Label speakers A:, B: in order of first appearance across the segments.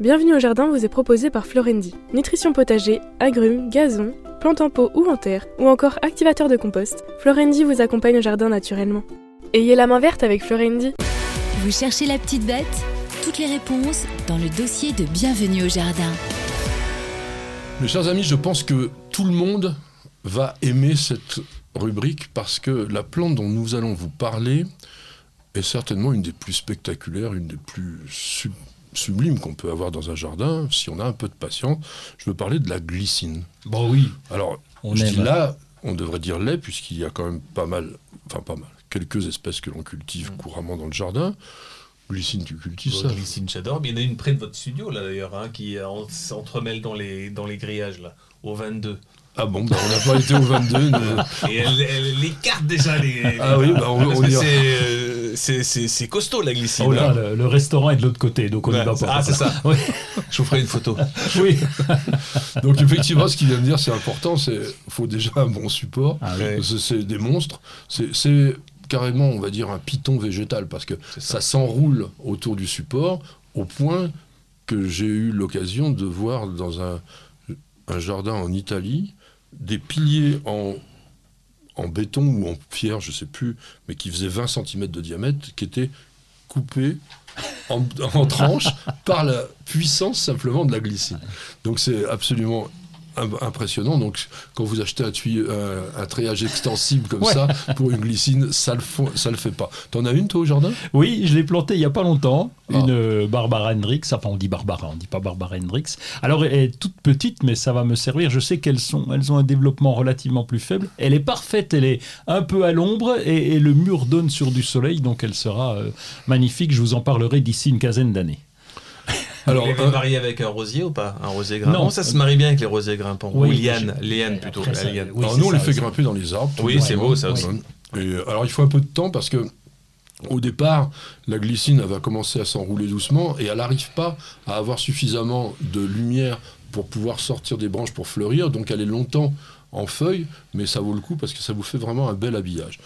A: Bienvenue au jardin vous est proposé par Florendi. Nutrition potager, agrumes, gazon, plantes en pot ou en terre, ou encore activateur de compost, Florendi vous accompagne au jardin naturellement. Ayez la main verte avec Florendi.
B: Vous cherchez la petite bête Toutes les réponses dans le dossier de Bienvenue au Jardin.
C: Mes chers amis, je pense que tout le monde va aimer cette rubrique parce que la plante dont nous allons vous parler est certainement une des plus spectaculaires, une des plus sub- sublimes qu'on peut avoir dans un jardin, si on a un peu de patience. Je veux parler de la glycine.
D: Bon Bah oui,
C: Alors,
D: on
C: je
D: aime. hein.
C: dis là, on devrait dire lait, puisqu'il y a quand même pas mal, enfin pas mal, quelques espèces que l'on cultive
D: Mm.
C: couramment dans le jardin. Glycine, tu cultives ça
E: Bon, Glycine, j'adore. Mais il y en a une près de votre studio, là, d'ailleurs, hein, qui euh, en- s'entremêle dans les, dans les grillages, là, au 22.
C: Ah bon, bah, on n'a pas été au 22. nous.
E: Et elle, elle les écarte déjà, les. les-
C: Ah oui, bah, on-
E: parce
C: on
E: que
C: ira.
E: c'est, euh, c'est, c'est, c'est costaud, la glycine.
D: Oh là,
E: hein.
D: le, le restaurant est de l'autre côté, donc on n'y
E: Ouais.
D: va pas.
E: Ah, c'est ça.
D: Oui.
E: Je vous ferai une photo.
D: oui.
C: Donc effectivement, ce qu'il vient de dire, c'est important, c'est faut déjà un bon support.
D: Ah
E: oui.
C: C'est- C'est des monstres. C'est- C'est carrément, on va dire, un python végétal, parce que
E: C'est
C: ça
E: ça.
C: s'enroule autour du support au point que j'ai eu l'occasion de voir dans un, un jardin en Italie des piliers en, en béton ou en pierre, je sais plus, mais qui faisaient 20 cm de diamètre, qui étaient coupés en, en tranches par la puissance simplement de la glycine. Donc c'est absolument im- impressionnant. Donc quand vous achetez un, tuyau, un, un treillage extensible comme
D: Ouais.
C: ça pour une glycine, ça le, fo- ça le fait pas. T'en as une toi au jardin
D: Oui, je l'ai planté il y a pas longtemps,
C: Ah.
D: une euh, Barbara Hendrix, enfin on dit Barbara, on dit pas Barbara Hendrix. Alors elle est toute petite, mais ça va me servir. Je sais qu'elles sont, elles ont un développement relativement plus faible. Elle est parfaite, elle est un peu à l'ombre et, et le mur donne sur du soleil, donc elle sera euh, magnifique. Je vous en parlerai d'ici une quinzaine d'années.
C: Alors,
E: Alors,
C: un-
E: marié avec un rosier ou pas Un rosier grimpant
D: Euh, Non.
E: ça se marie bien avec les rosiers grimpants.
D: Oui,
E: ou liane,
D: j'ai-
E: liane
D: Et
E: plutôt.
D: après,
E: la
D: ça-
E: liane.
D: oui,
C: alors
D: c'est
C: nous, on
D: ça,
C: les fait
D: c'est-
C: grimper dans les arbres. tout
E: Oui,
C: le
E: c'est
C: temps.
E: beau, ça aussi.
C: Et euh, alors, il faut un peu de temps parce que au départ, la glycine elle va commencer à s'enrouler doucement et elle n'arrive pas à avoir suffisamment de lumière pour pouvoir sortir des branches pour fleurir. Donc, elle est longtemps en feuille, mais ça vaut le coup parce que ça vous fait vraiment un bel habillage.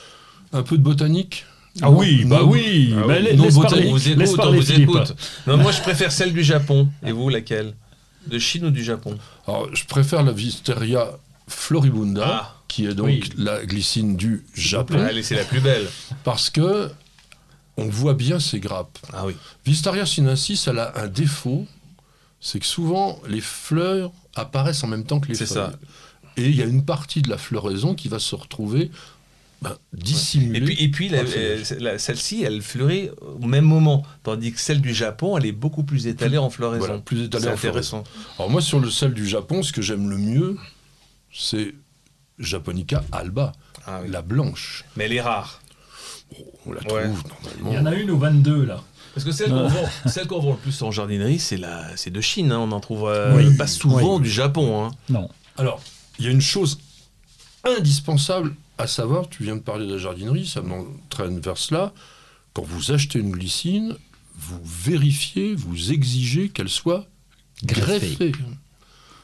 C: Un peu de botanique
D: Ah oui, bah
C: Non.
D: oui,
C: Ah
D: bah
C: oui.
D: la-
C: Non
D: laisse
C: botanique.
D: parler.
E: On vous écoute,
D: Laisse
E: on
D: parler,
E: vous
D: Philippe.
E: écoute. Non, moi, je préfère celle du Japon. Et vous, laquelle De Chine ou du Japon
C: Alors, je préfère la Wisteria floribunda,
E: Ah.
C: qui est donc
D: Oui.
C: la glycine du
D: Ah
C: Japon,
E: Allez, c'est la plus belle.
C: parce que on voit bien ses grappes.
E: Ah oui.
C: Vistaria sinensis, elle a un défaut, c'est que souvent les fleurs apparaissent en même temps que les
E: C'est
C: feuilles.
E: ça.
C: Et il y a une partie de la floraison qui va se retrouver ben, dissimulée.
E: Et puis, et puis la-
C: Absolument.
E: euh, la- celle-ci, elle fleurit au même moment, tandis que celle du Japon, elle est beaucoup plus étalée en floraison.
C: Voilà, plus étalée
E: C'est
C: en floraison.
E: intéressant.
C: Alors moi, sur le sel du Japon, ce que j'aime le mieux, c'est Japonica alba,
E: Ah oui.
C: la blanche.
E: Mais elle est rare.
C: On la trouve
E: Ouais.
D: Il y en
C: normalement.
D: a une au 22 là.
E: Parce que celle qu'on vend, celle qu'on vend le plus en jardinerie, c'est la, c'est de Chine. hein. On en trouve euh,
D: Oui.
E: pas souvent
D: Oui.
E: du Japon. hein.
D: Non.
C: Alors, il y a une chose indispensable à savoir, tu viens de parler de la jardinerie, ça m'entraîne vers cela. Quand vous achetez une glycine, vous vérifiez, vous exigez qu'elle soit greffée.
D: Greffée.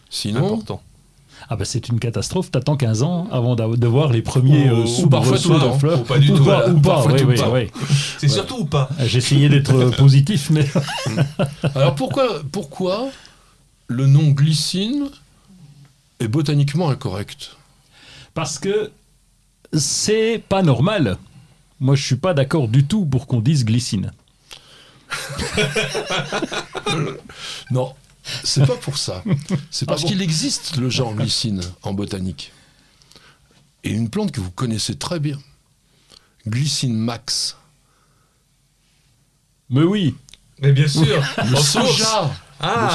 C: Sinon,
E: Important.
D: Ah bah c'est une catastrophe, t'attends 15 ans avant d'av- de voir les premiers
C: Ou-
D: euh,
C: ou
D: soubresauts
C: parfois tout le
D: de
C: temps,
D: fleurs.
C: ou pas du
D: Ou
C: tout,
D: pas,
C: voilà.
D: ou pas,
C: Parfois
D: oui,
C: tout le
D: oui,
C: temps.
D: oui.
E: C'est surtout ou pas
D: J'essayais d'être euh, positif, mais
C: alors pourquoi, pourquoi le nom glycine est botaniquement incorrect
D: parce que c'est pas normal. Moi, je suis pas d'accord du tout pour qu'on dise glycine.
C: Non, c'est pas pour ça. C'est parce
D: bon
C: qu'il existe le genre glycine en botanique. Et une plante que vous connaissez très bien. Glycine max.
D: Mais oui.
E: Mais bien sûr.
C: Le
E: en source.
C: soja
E: Ah,
C: Le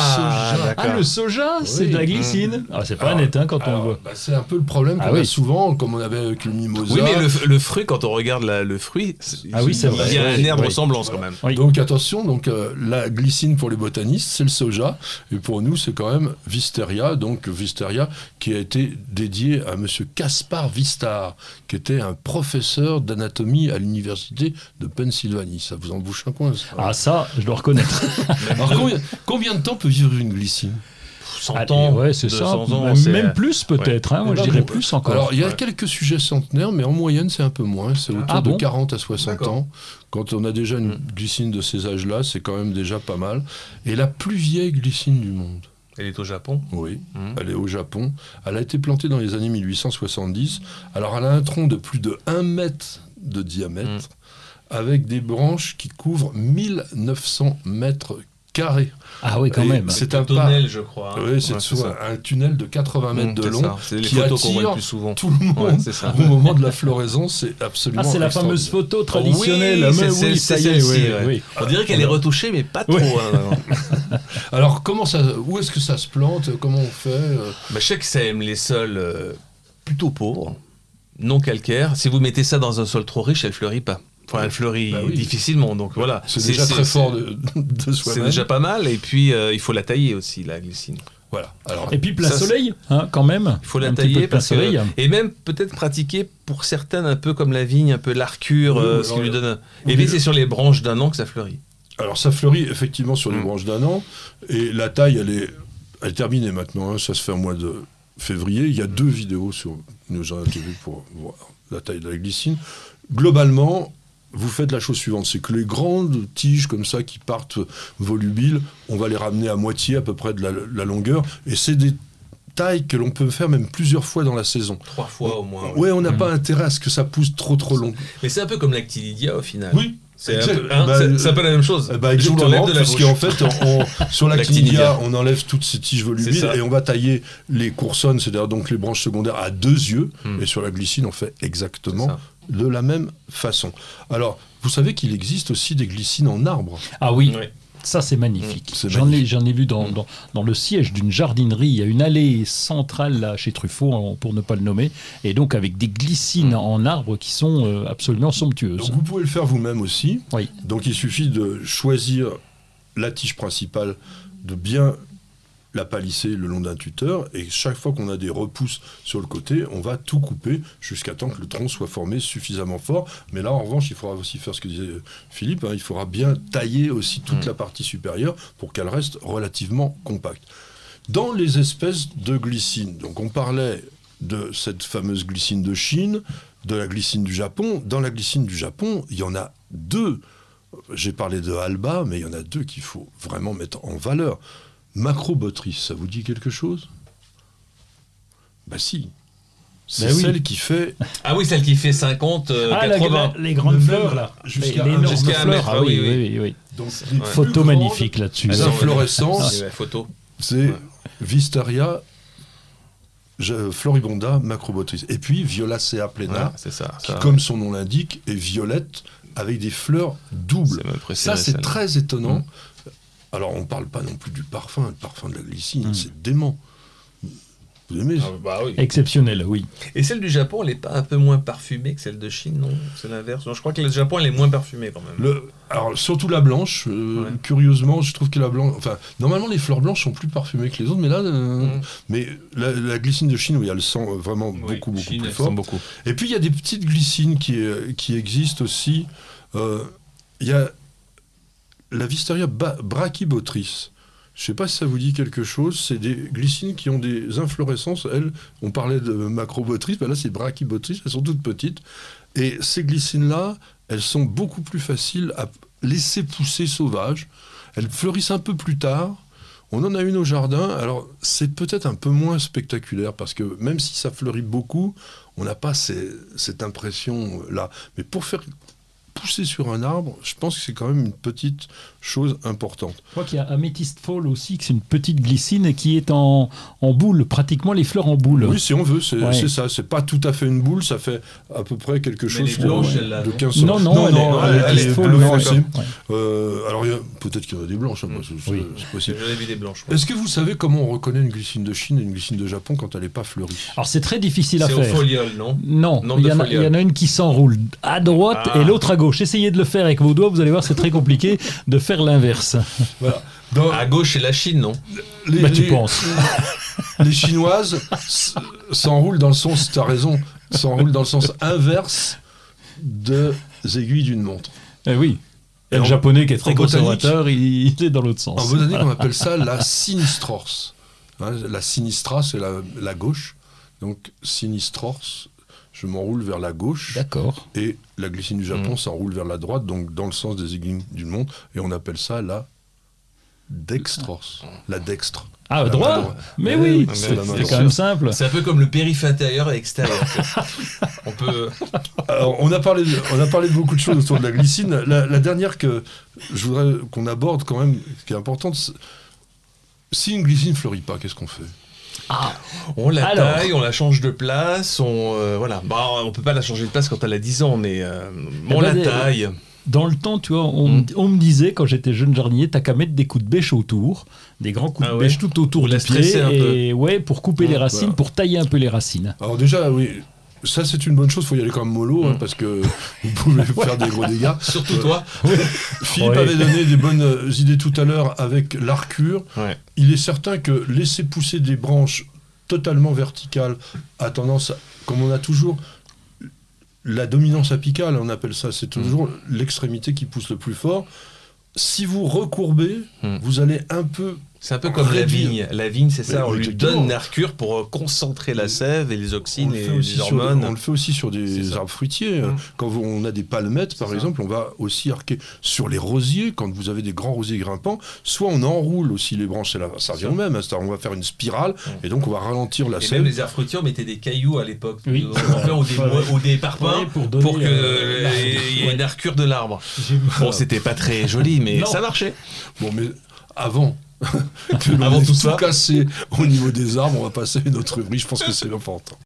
C: soja.
E: d'accord.
D: Ah, le soja, c'est
C: Oui.
D: de la glycine. Ah, c'est pas
C: Alors,
D: net hein, quand on
C: alors,
D: voit.
C: bah, c'est un peu le problème qu'on
D: Ah
C: a
D: oui.
C: souvent, comme on avait avec le mimosa.
E: Oui, mais le, le fruit, quand on regarde la- le fruit,
D: Ah oui, c'est
E: il y a
D: vrai.
E: un air de
D: Oui.
E: ressemblance quand même.
D: Oui.
C: Donc attention, donc euh, la glycine pour les botanistes, c'est le soja, et pour nous c'est quand même Visteria, donc Visteria qui a été dédié à Monsieur Caspar Vistar, qui était un professeur d'anatomie à l'université de Pennsylvanie. Ça vous embouche un coin. ça.
D: Ah ça, je dois reconnaître.
C: Alors combien, combien de temps peut vivre une glycine
D: Ah,
E: 100
D: et
E: ans.
D: ouais, c'est
E: 200
D: ça.
E: ans, c'est-
D: Même plus peut-être. hein, moi,
C: Eh
D: je
C: ben,
D: dirais
C: bon,
D: plus encore.
C: Alors, il y a
E: ouais.
C: quelques sujets centenaires, mais en moyenne, c'est un peu moins. C'est autour
D: Ah
C: de
D: bon Hmm.
C: 40 à 60
E: D'accord.
C: ans. Quand on a déjà une glycine de ces âges-là, c'est quand même déjà pas mal. Et la plus vieille glycine du monde,
E: Elle est au Japon.
C: oui,
E: Mhm.
C: elle est au Japon. Elle a été plantée dans les années 1870. Alors, elle a un tronc de plus de 1 mètre de diamètre,
E: Mhm.
C: avec des branches qui couvrent 1900 mètres carrés.
D: ah oui, quand
C: Et
D: même.
C: C'est
E: un
C: un pas-
E: tunnel, je crois. hein.
C: Oui, c'est
E: Ouais,
C: soit un tunnel de 80 mètres
E: Mm,
C: de
E: c'est
C: long.
E: ça. C'est les
C: qui
E: photos qu'on voit
C: attire
E: le plus souvent.
C: Tout le monde
E: Ouais, c'est ça.
C: au moment de la floraison, c'est absolument.
D: Ah, c'est la
C: extraordinaire.
D: fameuse photo traditionnelle.
E: hein, Oui,
D: Mais
E: c'est celle-
D: ça
E: c'est
D: y est,
E: celle-ci,
D: oui,
E: ouais.
D: oui.
E: On dirait qu'elle est retouchée, mais pas trop.
D: Ouais.
E: hein, vraiment.
C: Alors, comment ça, où est-ce que ça se plante Comment on fait euh,
E: Bah, je sais que ça aime les sols euh, plutôt pauvres, non calcaires. Si vous mettez ça dans un sol trop riche, elle fleurit pas. Enfin, elle fleurit
C: Bah oui.
E: difficilement. Donc voilà.
C: C'est déjà très fort de, de
E: C'est
C: soi-même.
E: déjà pas mal. Et puis, euh, il faut la tailler aussi, la glycine.
C: Voilà. Alors,
D: Et puis plein
E: Ça, c'est-
D: soleil, hein, quand même.
E: Il faut la
D: Un petit peu de
E: tailler
D: plein
E: parce que-
D: soleil.
E: et même peut-être pratiquer pour certaines un peu comme la vigne, un peu l'arcure,
C: Oui,
E: euh,
C: ou
E: ce qui
C: alors-
E: lui donne. un-
C: ou
E: Et
C: des-
E: puis c'est sur les branches d'un an que ça fleurit.
C: alors, ça fleurit effectivement sur les
E: Mm.
C: branches d'un an. Et la taille, elle est, elle est terminée maintenant. hein, ça se fait au mois de février. Il y a deux vidéos sur nos Jardins TV pour voir la taille de la glycine. Globalement. Vous faites la chose suivante, c'est que les grandes tiges comme ça qui partent volubiles, on va les ramener à moitié à peu près de la, la longueur, et c'est des tailles que l'on peut faire même plusieurs fois dans la saison.
E: Trois fois au moins.
C: Ouais, on n'a pas intérêt à ce que ça pousse trop trop long.
E: Mais c'est un peu comme l'actilidia au final.
C: Oui.
E: C'est un
C: Exact.
E: peu, hein,
C: Bah,
E: c'est-
C: euh,
E: c'est un peu la même chose.
C: Bah
E: Je vous l'enlève
C: exactement,
E: de la bouche.
C: puisqu'en fait, on, on- sur l'actinidia,
E: L'actinidia.
C: on enlève toutes ces tiges
E: C'est
C: volubiles
E: ça.
C: et on va tailler les coursonnes, c'est-à-dire donc les branches secondaires à deux yeux,
E: Hmm.
C: et sur la glycine, on fait
E: C'est
C: exactement
E: ça.
C: de la même façon. Alors, vous savez qu'il existe aussi des glycines en arbre.
D: Ah oui,
E: Ouais.
D: ça c'est magnifique.
C: Mm, c'est
D: J'en ai,
C: magnifique.
D: j'en ai vu dans,
E: Mm.
D: dans, dans le siège d'une jardinerie. Il y a une allée centrale là chez Truffaut, en- pour ne pas le nommer, et donc avec des glycines
E: Mm.
D: en arbre qui sont euh, absolument somptueuses.
C: Donc vous pouvez le faire vous-même aussi.
D: Oui.
C: Donc il suffit de choisir la tige principale, de bien la palisser le long d'un tuteur, et chaque fois qu'on a des repousses sur le côté, on va tout couper jusqu'à temps que le tronc soit formé suffisamment fort. Mais là, en revanche, il faudra aussi faire ce que disait Philippe, hein, il faudra bien tailler aussi toute la partie supérieure pour qu'elle reste relativement compacte. Dans les espèces de glycines, donc on parlait de cette fameuse glycine de Chine, de la glycine du Japon. Dans la glycine du Japon, il y en a deux. J'ai parlé de Alba, mais il y en a deux qu'il faut vraiment mettre en valeur. Macrobotrytis, ça vous dit quelque chose Bah si. C'est
D: Ben oui.
C: celle qui fait
E: Ah oui, celle qui fait 50, euh,
D: Ah, la-
E: 80.
D: la- les grandes
C: Le
D: fleurs
C: même,
D: là,
C: jusqu'à
D: Les-
C: un-
D: l'énorme
E: jusqu'à un
D: fleur.
E: mètre,
D: Ah
E: ah
D: oui,
E: oui,
D: oui, oui, oui.
C: donc,
E: Ouais.
C: les plus
D: Photo
C: grandes
D: magnifique là-dessus.
C: Les
E: Ah non, ouais.
C: inflorescences,
E: C'est la photo.
C: c'est
E: Ouais.
C: Vistaria, je- Floribonda, Macrobotrytis. Et puis Violacea plena,
E: Ouais, c'est ça.
C: qui,
E: ça.
C: comme son nom l'indique, est violette avec des fleurs doubles.
E: C'est ma préférée,
C: Ça, c'est
E: celle-là. Mm.
C: très étonnant. Alors, on ne parle pas non plus du parfum. Le parfum de la glycine,
D: Mm.
C: c'est dément. Vous aimez
E: Ah, bah oui.
D: Exceptionnel, oui.
E: Et celle du Japon, elle est pas un peu moins parfumée que celle de Chine, non C'est l'inverse. Non, je crois que le Japon, elle est moins parfumée quand même.
C: Le- alors, surtout la blanche. euh,
E: Ouais.
C: Curieusement, je trouve que la blanche. Enfin, normalement, les fleurs blanches sont plus parfumées que les autres, mais là. euh,
E: Mm.
C: Mais la, la glycine de Chine, où il y a le sang euh, vraiment
E: Oui,
C: beaucoup, beaucoup
E: Chine,
C: plus
E: elle
C: fort.
E: sent beaucoup.
C: Et puis, il y a des petites glycines qui, euh, qui existent aussi. Euh, Il y a la Wisteria ba- brachybotrice. Je ne sais pas si ça vous dit quelque chose. C'est des glycines qui ont des inflorescences. Elles, on parlait de macrobotrice, ben là, c'est brachybotrice. Elles sont toutes petites. Et ces glycines-là, elles sont beaucoup plus faciles à laisser pousser sauvages. Elles fleurissent un peu plus tard. On en a une au jardin. Alors, c'est peut-être un peu moins spectaculaire parce que même si ça fleurit beaucoup, on n'a pas ces- cette impression-là. Mais pour faire pousser sur un arbre, je pense que c'est quand même une petite chose importante.
D: Je crois qu'il y a Amethyst Fall aussi, que c'est une petite glycine qui est en, en boule, pratiquement les fleurs en boule.
C: Oui, si on veut, c'est
D: Ouais.
C: c'est ça. C'est pas tout à fait une boule, ça fait à peu près quelque
E: elle
C: chose
E: est blanche,
C: de,
E: celle-là,
C: de
E: non
C: 15
D: Non, non, elle est-
E: elle
D: Amethyst
E: elle est
D: Fall,
C: bleu
D: non,
C: foncé.
D: ouais.
C: Euh, alors, il y a- peut-être qu'il y en a des blanches, hein,
E: Mm.
C: moi, c'est- c'est
D: Oui.
C: c'est possible.
E: J'avais vu des blanches. moi.
C: Est-ce que Euh, vous savez comment on reconnaît une glycine de Chine et une glycine de Japon quand elle n'est pas fleurie
D: Alors c'est très difficile à
E: C'est au
D: faire.
E: foliole, non
D: Non,
E: Nombre
D: il y,
E: de
D: en a-
E: foliales.
D: il y en a une qui s'enroule à droite
E: Ah.
D: et l'autre à gauche. Essayez de le faire avec vos doigts, vous allez voir, c'est très compliqué de faire l'inverse.
C: Voilà. Dans
E: À gauche, c'est la Chine, non
C: les,
D: Bah, tu
C: les-
D: penses.
C: les chinoises s- s'enroulent dans le sens, tu as raison, s'enroulent dans le sens inverse des aiguilles d'une montre.
D: Eh oui. Et
C: Et
D: le
C: en-
D: japonais qui est très
C: en botanique-
D: conservateur, il, il est dans l'autre
C: En
D: sens.
C: botanique, on appelle ça la sinstrors. Hein, la sinistra, c'est la, la gauche. Donc sinistrors, je m'enroule vers la gauche.
D: D'accord.
C: Et la glycine du Japon s'enroule vers la droite, donc dans le sens des aiguilles du monde. Et on appelle ça la dextrors. La dextre.
D: Ah,
C: La
D: droit
C: main
E: bah,
C: droite.
D: Mais
C: Eh
D: oui,
C: oui,
D: c'est
E: mais bah,
D: c'est
E: bien
D: quand
E: sûr.
D: même simple.
E: C'est un peu comme le périph' intérieur et extérieur. ça. on peut.
C: Alors, on a, parlé de, on a parlé de beaucoup de choses autour de la glycine. La, la dernière que je voudrais qu'on aborde quand même, qui est importante, c'est- si une glycine fleurit pas, qu'est-ce qu'on fait
D: Ah,
E: On la
D: Alors.
E: taille, on la change de place, on euh, voilà. Bah, on peut pas la changer de place quand elle a 10 ans, mais euh, on
D: ben,
E: la
D: des-
E: taille.
D: Dans le temps, tu vois, on,
E: Mm.
D: me- on me disait quand j'étais jeune jardinier, t'as qu'à mettre des coups de bêche autour, des grands coups
E: Ah
D: de
E: ouais.
D: bêche tout autour
E: Pour la
D: des pieds,
E: stresser un peu.
D: et ouais, pour couper
E: Mm,
D: les racines,
C: voilà.
D: pour tailler un peu les racines.
C: Alors déjà, oui, ça c'est une bonne chose, faut y aller quand même mollo, hein,
E: Mm.
C: parce que vous pouvez faire des gros dégâts.
E: Surtout
C: Ouais.
E: toi.
C: Philippe
D: Ouais.
C: avait donné des bonnes euh, idées tout à l'heure avec l'arcure.
E: Ouais.
C: Il est certain que laisser pousser des branches totalement verticales a tendance, à- comme on a toujours la dominance apicale, on appelle ça, c'est
E: Mm.
C: toujours l'extrémité qui pousse le plus fort. Si vous recourbez,
E: Mm.
C: vous allez un peu
E: C'est un peu comme la
C: Réduire.
E: vigne. La vigne, c'est ça.
C: Mais
E: on lui
C: exactement.
E: donne l'arcure pour euh, concentrer la sève et les
C: on
E: auxines
C: le,
E: et
C: fait aussi
E: les
C: sur, des- on
E: hormones.
C: le fait aussi sur des
E: C'est ça.
C: arbres fruitiers. hein.
E: Mm.
C: Quand vous- on a des palmettes, par
E: C'est ça.
C: exemple, on va aussi arquer sur les rosiers. Quand vous avez des grands rosiers grimpants, soit on enroule aussi les branches, c'est la- ça revient
E: ça.
C: au même. hein, c'est-à-dire on va faire une spirale
E: Mm.
C: et donc on va ralentir la
E: Et même
C: scène.
E: les arbres fruitiers, on mettait des cailloux à l'époque.
D: Oui.
E: Au grand-père, ou, des,
D: Ouais.
E: mois- ou des parpaings.
D: pour
E: Pour euh, qu'il
D: euh,
E: y ait une arcure de l'arbre. Bon, c'était pas très joli, mais
D: Non.
E: ça marchait.
C: Bon, mais avant. que l'on
E: Avant
C: ait
E: tout ça.
C: cassé au niveau des arbres, on va passer à une autre rubrique. Je pense que c'est important.